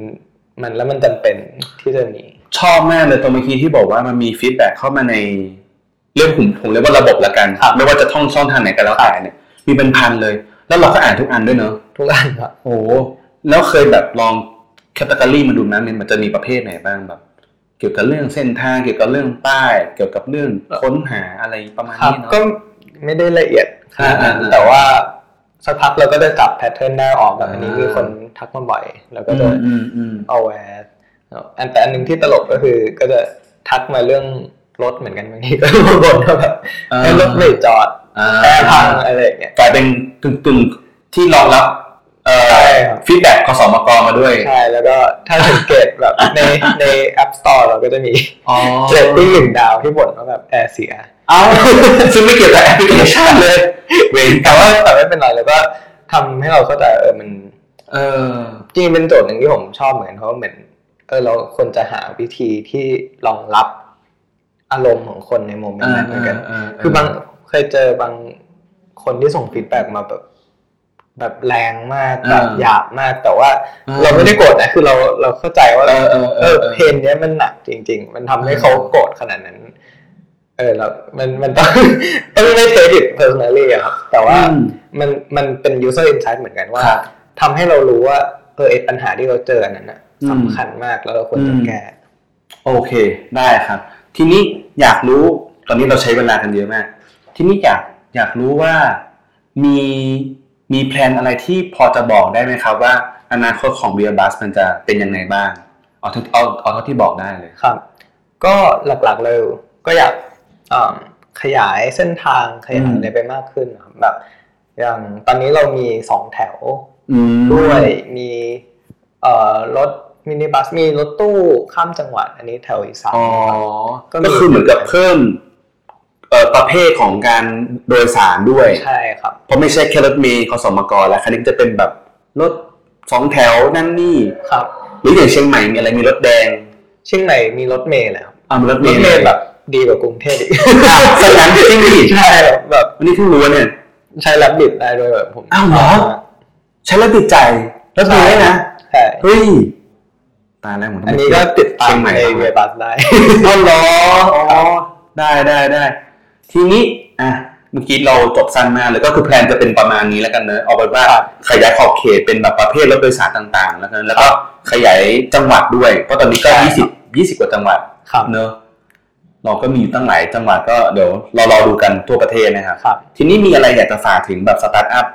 Speaker 2: มันแล้วมันจำเป็นที่จะมี
Speaker 1: ชอบมากเลยตรงเมื่อกี้ที่บอกว่ามันมีฟีดแบ็กเข้ามาในเรื่องผมผมเรียกว่าระบบละกัน
Speaker 2: ครับ
Speaker 1: ไม่ว่าจะท่องช่องทางไหนก็แล้วแต่เนี่ย มีเป็นพันเลย แล้วเราก็อ่านทุกอันด้วยเนอะ
Speaker 2: ทุกอันครับ
Speaker 1: โอ้แล้วเคยแบบลองแคตตาล็อมาดูนะเนี่ยมันจะมีประเภทไหนบ้างแบบ เกี่ยวกับเรื่องเส้นทางเกี่ยวกับเรื่องป้ายเกี่ยวกับเรื่องค้นหาอะไรประมาณ
Speaker 2: ครับ
Speaker 1: นี้เนาะ
Speaker 2: ก็ไม่ได้ละเอียดขนาดนั้น
Speaker 1: อ่าๆๆ
Speaker 2: แต่ว่าสักพักเราก็จะจับแพทเทิร์นได้ออกแบบอันนี้
Speaker 1: อ่ามี
Speaker 2: มีคนทักมาบ่อย แล้วก็
Speaker 1: อื
Speaker 2: จะ
Speaker 1: มอืมอืม
Speaker 2: เอาแวร์ ครับอันแต่อันหนึ่งที่ตลกก็คือก็จะทักมาเรื่องรถเหมือนกันบางทีก็มาบ่นว่าแบบ
Speaker 1: อ่า
Speaker 2: ให้รถไม่จอด
Speaker 1: อ่า
Speaker 2: แอร์พังอะไรอย่างเงี้ย
Speaker 1: กลายเป็นกึ่งกึ่งๆที่รองรับเอ่อ
Speaker 2: ใช่ครับ
Speaker 1: ฟีดแบ็กขอสมกมาด้วย
Speaker 2: ใช่แล้วก็ถ้าสังเกต แบบในใน App Store เราก็จะมี
Speaker 1: อ๋อ
Speaker 2: เรตติ้งหนึ่งดาวที่บ่นว่าแบบแอร์เสีย
Speaker 1: เอา ซึ่งไม่เกี่ยวกับแอปพลิเคชันเลยเวรกรรม
Speaker 2: แต่ว่าแต่ไม่เป็นไรแล้วก็ทำให้เราเข้าใจเออมัน
Speaker 1: เออ
Speaker 2: จริงๆเป็นโจทย์หนึ่งที่ผมชอบเหมือนกันเพราะว่าเหมือนเออเราควรจะหาวิธีที่รองรับอารมณ์ของคนในโมเมนต์นั้นเหมือนกัน คือบางเคยเจอบางคนที่ส่งฟีดแบ็กมาแบบ แบบแรงมากแบบ
Speaker 1: เออ
Speaker 2: หยาบมากแต่ว่า
Speaker 1: เออ
Speaker 2: เราไม่ได้โกรธนะคือเราเราเข้าใจว่า
Speaker 1: เออเออ
Speaker 2: เอ
Speaker 1: เอ
Speaker 2: อ
Speaker 1: อ
Speaker 2: เพนเนี้ยมันหนักจริง ๆ มันทำให้
Speaker 1: เออ
Speaker 2: เขาโกรธขนาดนั้น เออเรามันมันต้อง ต้องไม่ take it personally อะครับ แต่ว่า
Speaker 1: อืม
Speaker 2: มันมันเป็น user insight เหมือนกันว่า
Speaker 1: ครับ
Speaker 2: ทำให้เรารู้ว่าเออไอปัญหาที่เราเจออันนั้นน่ะ
Speaker 1: อืม
Speaker 2: สำคัญมากแล้วเราควรจะ
Speaker 1: อืม
Speaker 2: แก้
Speaker 1: โอเคได้ครับ ทีนี้อยากรู้ตอนนี้เราใช้เวลากันเยอะมาก ทีนี้อยากอยากรู้ว่ามีมีแพลนอะไรที่พอจะบอกได้ไหมครับว่าอนาคตของ v บียบัสมันจะเป็นยังไงบ้าง เอาเท่าเอาเอาเท่าที่บอกได้เลย
Speaker 2: ครับ ก็หลักๆเลยก็อยากอ่าขยายเส้นทางขยาย
Speaker 1: อืม
Speaker 2: อะไรไปมากขึ้นนะครับแบบ อย่างตอนนี้เรามีสองแถว
Speaker 1: อืม
Speaker 2: ด้วยมีเอ่อรถมินิบัสมีรถตู้ข้ามจังหวัด อันนี้แถวอีสาน
Speaker 1: อ๋อ
Speaker 2: ก็มี
Speaker 1: ก็คือเหมือนกับเพิ่มเอ่อประเภทของการโดยสารด้วย
Speaker 2: ใช่ครับ
Speaker 1: เพราะไม่ใช่แค่รถเมล์ขสมกแล้วคันนี้จะเป็นแบบรถสองแถวนั่นนี่
Speaker 2: ครับ
Speaker 1: หรืออย่างเชียงใหม่มีอะไรมีรถแดง
Speaker 2: เชียงใหม่มีรถเมล์แล้ว
Speaker 1: อ่ารถเม
Speaker 2: รถ
Speaker 1: ล์
Speaker 2: เมล์
Speaker 1: แบ
Speaker 2: แบบ บดีกว่ากรุงเทพ อีก
Speaker 1: สนามจริงดิ
Speaker 2: ใช่แบบ
Speaker 1: วันนี้เพิ่งรู้เนี่ย
Speaker 2: ใช้แลบบิดได้ด้วยแบบผม
Speaker 1: อ้าวเหรอ ใช้แล้วติดใจรถเมล์ด้วยนะ
Speaker 2: ใช่
Speaker 1: เฮ้ยตายแล้วผมต้ง
Speaker 2: อัน
Speaker 1: ไป
Speaker 2: นี้ก็ติดตา
Speaker 1: เชี
Speaker 2: ม
Speaker 1: ยงใหม่
Speaker 2: ใน
Speaker 1: บ้าง
Speaker 2: เว
Speaker 1: นะ
Speaker 2: บัสได้
Speaker 1: อ๋อเหรออ๋อได้ได้ได้ ทีนี้ อ่ะ เมื่อกี้เราจบสั้นมากเลยก็คือแพลนจะเป็นประมาณนี้แล้วกันเนอะเอาเป็นว่า
Speaker 2: ครับ
Speaker 1: ขยายขอบเขตเป็นแบบประเภทรถโดยสารต่างๆ แล้วกัน แล้วก็ขยายจังหวัดด้วย เพราะตอนนี้ก็ยี่สิบยี่สิบกว่าจังหวัด
Speaker 2: ครับ
Speaker 1: เนอะเราก็มีตั้งหลายจังหวัดก็เดี๋ยวเรารอดูกันทั่วประเทศนะครับ
Speaker 2: ครับ
Speaker 1: ทีนี้มีอะไรอยากจะฝากถึงแบบสตาร์ทอัพ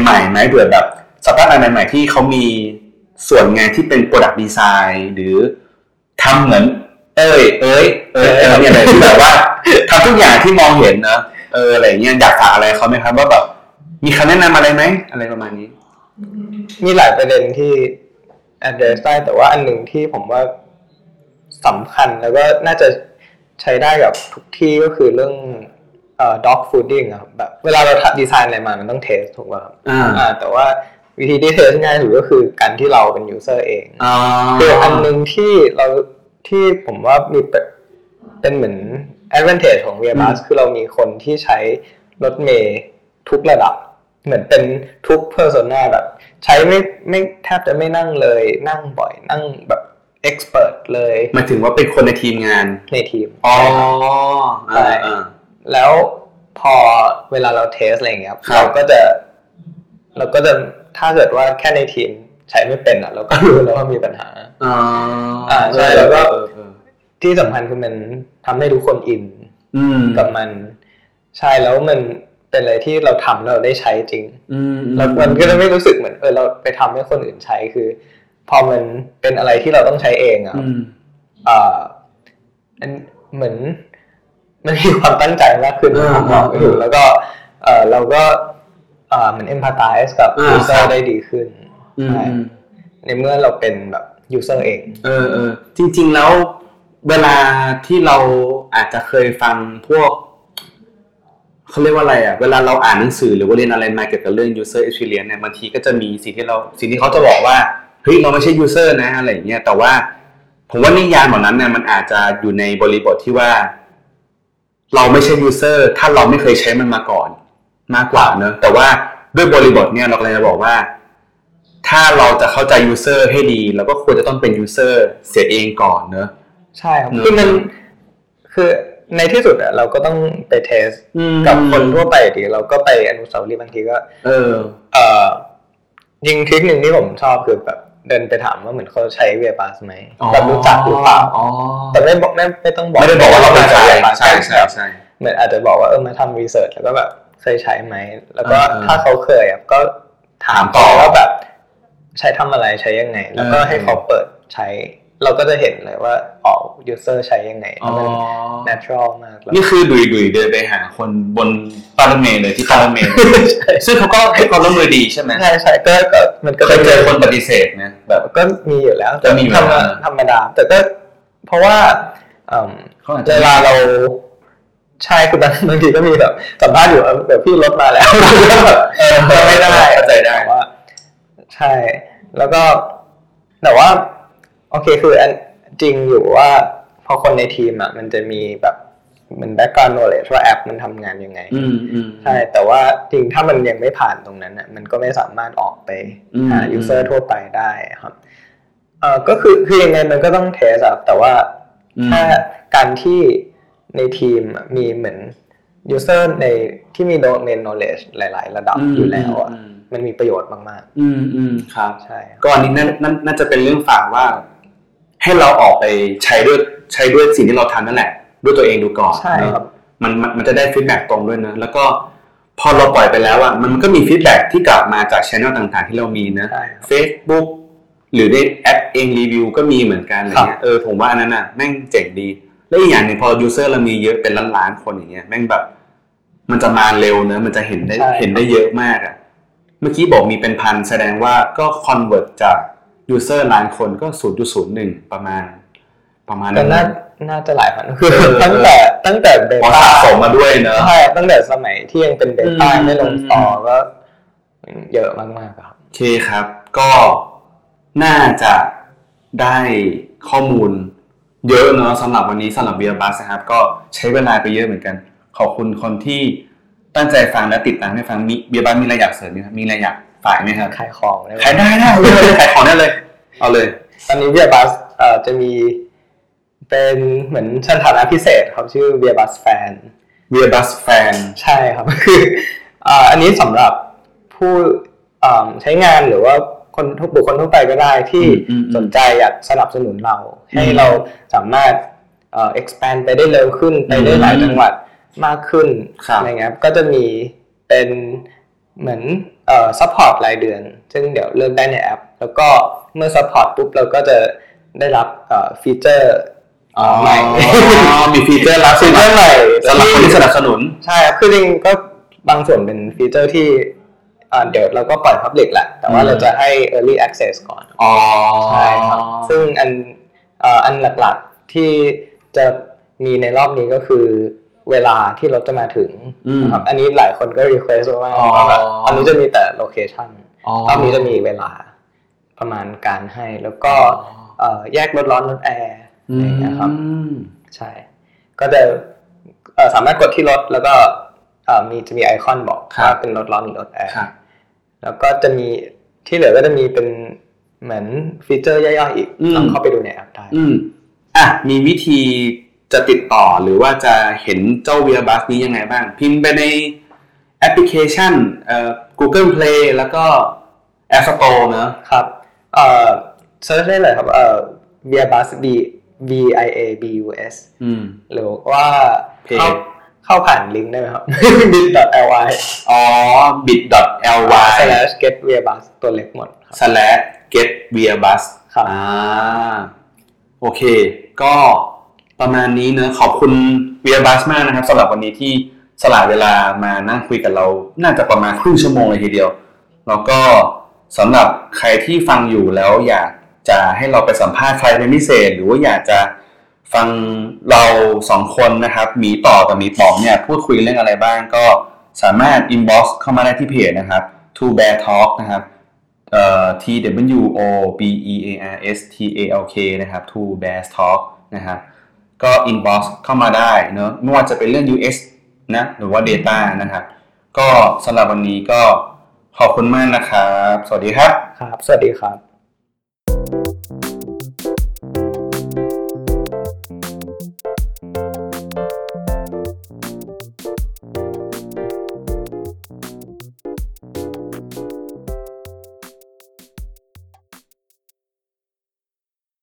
Speaker 1: ใหม่ๆไหมเผื่อแบบสตาร์ทอัพใหม่ๆที่เขามีส่วนงานที่เป็น Product Design หรือทำเหมือน เอ้ย เอ้ย เอ้ยเอ้ยเนี่ยอะไรที่แบบว่า ทำทุกอย่างที่มองเห็นนะเอออะไรอย่างเงี้ยอยากฝากอะไรเขาไหมครับ ว่าแบบมีคำแนะนำอะไรไหมอะไรประมาณนี้
Speaker 2: มีหลายประเด็นที่ address ได้แต่ว่าอันหนึ่งที่ผมว่าสำคัญแล้วก็น่าจะใช้ได้กับทุกที่ก็คือเรื่องเอ่อ dog fooding อะครับแบบเวลาเราทำดีไซน์อะไรมามันต้องเทสถูกป่ะครับ
Speaker 1: อ่า
Speaker 2: อ่าแต่ว่าวิธีที่เทสง่ายสุดก็คือการที่เราเป็น user เอง
Speaker 1: อ่า
Speaker 2: คืออันหนึ่งที่เราที่ผมว่ามีเป็นเป็นเหมือน advantage ของ v i a b u s คือเรามีคนที่ใช้รถเมย์ทุกระดับ เหมือนเป็นทุกเพอร์ n นาแบบ ใช้ไม่ไม่แทบจะไม่นั่งเลย นั่งบ่อยนั่งแบบเอ็กซ์เพรสเลย
Speaker 1: หมายถึงว่าเป็นคนในทีมงาน
Speaker 2: ในทีม
Speaker 1: อ๋ออ่าอ่า
Speaker 2: แล้วพอเวลาเราเทสอะไรอย่างเงี้ยครับ
Speaker 1: ครับ
Speaker 2: เราก็จะ เราก็จะถ้าเกิดว่าแค่ในทีมใช้ไม่เป็นอ่ะ เราก็รู้แล้วว่ามีปัญหา
Speaker 1: อ่า
Speaker 2: อ่าใช่แล้วก็
Speaker 1: เออเออเออ
Speaker 2: ที่สำคัญคือมันทำให้ทุกคนอิน
Speaker 1: อืม
Speaker 2: กับมัน ใช่แล้วมันเป็นอะไรที่เราทำแล้วเราได้ใช้จริง
Speaker 1: อืมอื
Speaker 2: แล้วมันก็จะไม่รู้สึกเหมือนเออเราไปทำให้คนอื่นใช้คือ พอมันเป็นอะไรที่เราต้องใช้เองอ่ะ เอ่ออันเหมือนมันมีความตั้งใจมากขึ้น
Speaker 1: อ่า
Speaker 2: ผมบอกไม่ถูก
Speaker 1: อ่า
Speaker 2: แล้วก็เออเราก็เออเหมือน empathize กับ
Speaker 1: อ่า
Speaker 2: user
Speaker 1: ครับ
Speaker 2: ได้ดีขึ้น
Speaker 1: อืม
Speaker 2: ใช่
Speaker 1: อืม
Speaker 2: ในเมื่อเราเป็นแบบ user เอง
Speaker 1: เออเออจริง ๆ แล้วเวลาที่เราอาจจะเคยฟังพวกเขาเรียกว่าอะไรอ่ะ เวลาเราอ่านหนังสือหรือว่าเรียนอะไรมาเกี่ยวกับเรื่อง user experience เนี่ยบางทีก็จะมีสิ่งที่เราสิ่งที่เขาจะบอกว่าเฮ้ยเราไม่ใช่ user นะอะไรอย่างเงี้ยแต่ว่าผมว่านิยามเหล่านั้นเนี่ยมันอาจจะอยู่ในบริบทที่ว่า เราไม่ใช่ user ถ้าเราไม่เคยใช้มันมาก่อน มากกว่าเนอะแต่ว่าด้วยบริบทเนี่ยเราเลยจะบอกว่า ถ้าเราจะเข้าใจ user ให้ดีเราก็ควรจะต้องเป็น user เสียเองก่อนเนอะ
Speaker 2: ใช่ครับ
Speaker 1: เนอะ
Speaker 2: คือมันคือในที่สุดอะเราก็ต้องไปเทสกับคนทั่วไปอยู่ดีเราก็ไปอนุสาวรีย์บางทีก็
Speaker 1: เออ
Speaker 2: เอ่อยิงทริคหนึ่งที่ผมชอบคือแบบเดินไปถามว่าเหมือนเขาใช้เวียบาสไหมแบบรู้จักหรือเปล่า แต่ไม่บอกไม่ไม่ต้องบอก
Speaker 1: ไม่ได้บอกว่าเราเป็นใคร
Speaker 2: ใช่
Speaker 1: ใช่
Speaker 2: ใช่
Speaker 1: ใช่ใช่
Speaker 2: เหมือนอาจจะบอกว่าเออมาทำรีเสิร์ชแล้วก็แบบเคยใช้ไหม แล้วก็
Speaker 1: เออเออ
Speaker 2: ถ้าเขาเคยอ่ะก็ถา
Speaker 1: ถาม
Speaker 2: ม
Speaker 1: ต่
Speaker 2: ต่อ
Speaker 1: อ
Speaker 2: ว่าแบบ ใช้ทำอะไรใช้ยังไง แล้วก็
Speaker 1: เออ
Speaker 2: ให้เขาเปิดใช้ เราก็จะเห็นเลยว่าอ๋อ user ใช้ยังไงแล้วมัน natural มากแล้ว
Speaker 1: นี่คือดุยดุยๆเดินไปหาคนบนป้ายรถเมล์เลยที่ป้ายรถเมล์
Speaker 2: ใช่
Speaker 1: ซึ่งเขาก็ให้ความร่วมมือดีใช่ไหม
Speaker 2: ใช่ใช่ก็ก็มันก็
Speaker 1: เคยเจอคนปฏิเสธนะแบบ
Speaker 2: ก็มีอยู่แล้ว
Speaker 1: ก็มีอยู่
Speaker 2: ธรรม
Speaker 1: แล้
Speaker 2: ดาว ธรรมดา แต่ก็เพราะว่าเอิ่ม
Speaker 1: เขาอาจจะ
Speaker 2: เวลาเราใช่คือบางบางทีก็มีแบบสัมภาษณ์อยู่เดี๋ยวพี่ลดมา แล้ว
Speaker 1: เออ
Speaker 2: ไม่ได้
Speaker 1: เข้าใจได้
Speaker 2: แต่ว่าใช่ แล้วก็แต่ว่า โอเคคืออันจริงอยู่ว่า พอคนในทีมอ่ะ มันจะมีแบบเหมันแบ็กกราวน์โนเลจว่าแอปมันทำงานยังไง
Speaker 1: อืมอืม
Speaker 2: ใช่ แต่ว่าจริงถ้ามันยังไม่ผ่านตรงนั้นน่ะมันก็ไม่สามารถออกไป
Speaker 1: อืม
Speaker 2: หา
Speaker 1: อืม
Speaker 2: ยูเซอร์ทั่วไปได้ครับเออก็คือคือยังไงมันก็ต้องเทสอะแต่ว่า
Speaker 1: อืม
Speaker 2: ถ้าการที่ในทีมมีเหมือน user ในที่มี domain knowledge หลาย ๆ ระดับ
Speaker 1: อืม
Speaker 2: อยู่แล้วอ่ะ
Speaker 1: อืม
Speaker 2: มันมีประโยชน์มาก
Speaker 1: อืมอืมครับ
Speaker 2: ๆ ใช่ครับ
Speaker 1: ก็อันนี้นั่นนั่นน่าจะเป็นเรื่องฝากว่า ให้เราออกไปใช้ด้วยใช้ด้วยสิ่งที่เราทำนั่นแหละ ด้วยตัวเองดูก่อน
Speaker 2: ใช่ครับ
Speaker 1: เนอะมันมันมันจะได้ฟีดแบ็กตรงด้วยนะ แล้วก็พอเราปล่อยไปแล้วอ่ะมันก็มีฟีดแบ็กที่กลับมาจากช่องต่างๆ ที่เรามีนะ
Speaker 2: ใช่ครับ
Speaker 1: Facebook หรือในแอปเองรีวิวก็มีเหมือนกันอะไร
Speaker 2: ครับ
Speaker 1: เงี้ยเออผมว่าอันนั้นอ่ะแม่งเจ๋งดี และอีกอย่างหนึ่งพอยูเซอร์เรามีเยอะเป็นล้านๆคนอย่างเงี้ยแม่งแบบ มันจะมาเร็วเนอะมันจะเห็นได้
Speaker 2: ใช่
Speaker 1: เห็นได้เยอะมากอ่ะ เมื่อกี้บอกมีเป็นพันแสดงว่าก็คอนเวิร์ตจากยูเซอร์ล้านคนก็ศูนย์จุดศูนย์หนึ่งประมาณ ประมาณ
Speaker 2: แต่
Speaker 1: นั้น
Speaker 2: น่าน่าจะหลายพันคือ
Speaker 1: เออ
Speaker 2: ตั้งแต่ตั้งแต่เบ
Speaker 1: พอ
Speaker 2: ต้า
Speaker 1: สะสมมาด้วยเนอะ
Speaker 2: ใช่ตั้งแต่สมัยที่ยังเป็นเบต้า
Speaker 1: อืม
Speaker 2: ไม่ลงต่อก็เยอะมากๆครับ
Speaker 1: โอเคครับ ก็น่าจะได้ข้อมูลเยอะเนอะสำหรับวันนี้สำหรับเบียร์บัสนะครับ ก็ใช้เวลาไปเยอะเหมือนกัน ขอบคุณคนที่ตั้งใจฟังและติดตามให้ฟังมีเบียร์บัสมีอะไรอยากเสริมไหมครับมีอะไรอยากฝากไหมครับ
Speaker 2: ขายของได้ไหม
Speaker 1: ขายได้ได้เลยขายของได้เลย เอาเลย
Speaker 2: ตอนนี้เบียบัสเอ่อจะมีเป็นเหมือนสถานะพิเศษครับชื่อเบียบัสแฟน
Speaker 1: เบียร์บัสแฟน
Speaker 2: ใช่ครับ คืออ่าอันนี้สำหรับผู้อ่าใช้งานหรือว่าคนทุกบุคคลทั่วไปก็ได้ที่
Speaker 1: อืมอืมอืม
Speaker 2: สนใจอยากสนับสนุนเรา ให้
Speaker 1: อืม
Speaker 2: เราสามารถเอ่อ expand ไปได้เร็วขึ้นไปได้หลายจังหวัดมากขึ้น
Speaker 1: ครับ
Speaker 2: อะไรเงี้ยครับก็จะมีเป็นเหมือนเอ่อ support รายเดือน ซึ่งเดี๋ยวเลือกได้ในแอป แล้วก็เมื่อ support ปุ๊บเราก็จะได้รับเอ่อฟีเจอร์
Speaker 1: อ๋อ
Speaker 2: ใหม่
Speaker 1: มีฟีเจอร์ลับ
Speaker 2: ฟีเจอร์ใหม่
Speaker 1: สำหรับคนที่สนับสนุน
Speaker 2: ใช่ครับคือจริงๆก็บางส่วนเป็นฟีเจอร์ที่อ่าเดี๋ยวเราก็ปล่อย Public แหละ แต่ว่า
Speaker 1: อืม
Speaker 2: เราจะให้ Early Access ก่อน
Speaker 1: อ๋อ
Speaker 2: ใช่ครับ ซึ่งอันเอ่ออันหลักๆที่จะมีในรอบนี้ก็คือเวลาที่รถจะมาถึง
Speaker 1: อืม
Speaker 2: นะครับอันนี้หลายคนก็รีเควสต์มาก
Speaker 1: อ๋อ
Speaker 2: ว่าแบบอันนี้จะมีแต่โลเคชัน
Speaker 1: อ๋อ
Speaker 2: รอบนี้จะมีเวลาประมาณการให้ แล้วก็
Speaker 1: อ๋อ
Speaker 2: เอ่อแยกรถร้อนรถแอร์อะไรอย่างเงี้ยครับ
Speaker 1: อืม
Speaker 2: ใช่ ก็จะเอ่อสามารถกดที่รถแล้วก็เอ่อมีจะมีไอคอนบอก
Speaker 1: ครับ
Speaker 2: ว่าเป็นรถร้อนหรือรถแอร์
Speaker 1: ครับ
Speaker 2: แล้วก็จะมีที่เหลือก็จะมีเป็นเหมือนฟีเจอร์ย่อยๆอีก
Speaker 1: อืม
Speaker 2: ลองเข้าไปดูในแอปได้
Speaker 1: อืมอ่ะ มีวิธีจะติดต่อหรือว่าจะเห็นเจ้าเวียบัสนี้ยังไงบ้าง พิมพ์ไปในแอปพลิเคชันเอ่อ Google Play แล้วก็ App Store เนอะ
Speaker 2: ครับเอ่อเซิร์ชได้เลยครับเอ่อ via bus b v i a b u s
Speaker 1: อืม
Speaker 2: หรือว่า
Speaker 1: เพจ
Speaker 2: เข้าเข้าผ่านลิงก์ได้ไหมครับ bit l y
Speaker 1: อ๋อ bit.ly
Speaker 2: slash get via bus ตัวเล็กหมดครับ
Speaker 1: slash get via bus
Speaker 2: ครับ
Speaker 1: อ่า โอเค ก็ประมาณนี้เนอะขอบคุณเวียบัสมากนะครับสำหรับวันนี้ที่สละเวลามานั่งคุยกับเรา น่าจะประมาณครึ่งชั่วโมงเลยทีเดียว แล้วก็สำหรับใครที่ฟังอยู่แล้วอยากจะให้เราไปสัมภาษณ์ใครเป็นพิเศษ หรือว่าอยากจะฟังเราสองคนนะครับหมีต่อกับหมีป๋องเนี่ยพูดคุยเรื่องอะไรบ้างก็สามารถ inbox เข้ามาได้ที่เพจนะครับ to bear talk นะครับเอ่อ t w o b e a r s t a l k นะครับ to bear talk นะครับก็ inbox เข้ามาได้เนอะไม่ว่าจะเป็นเรื่อง US นะหรือว่า data นะครับ ก็สำหรับวันนี้ก็ขอบคุณมากนะครับ สวัสดีครับ
Speaker 2: ครับ สวัสดีครับ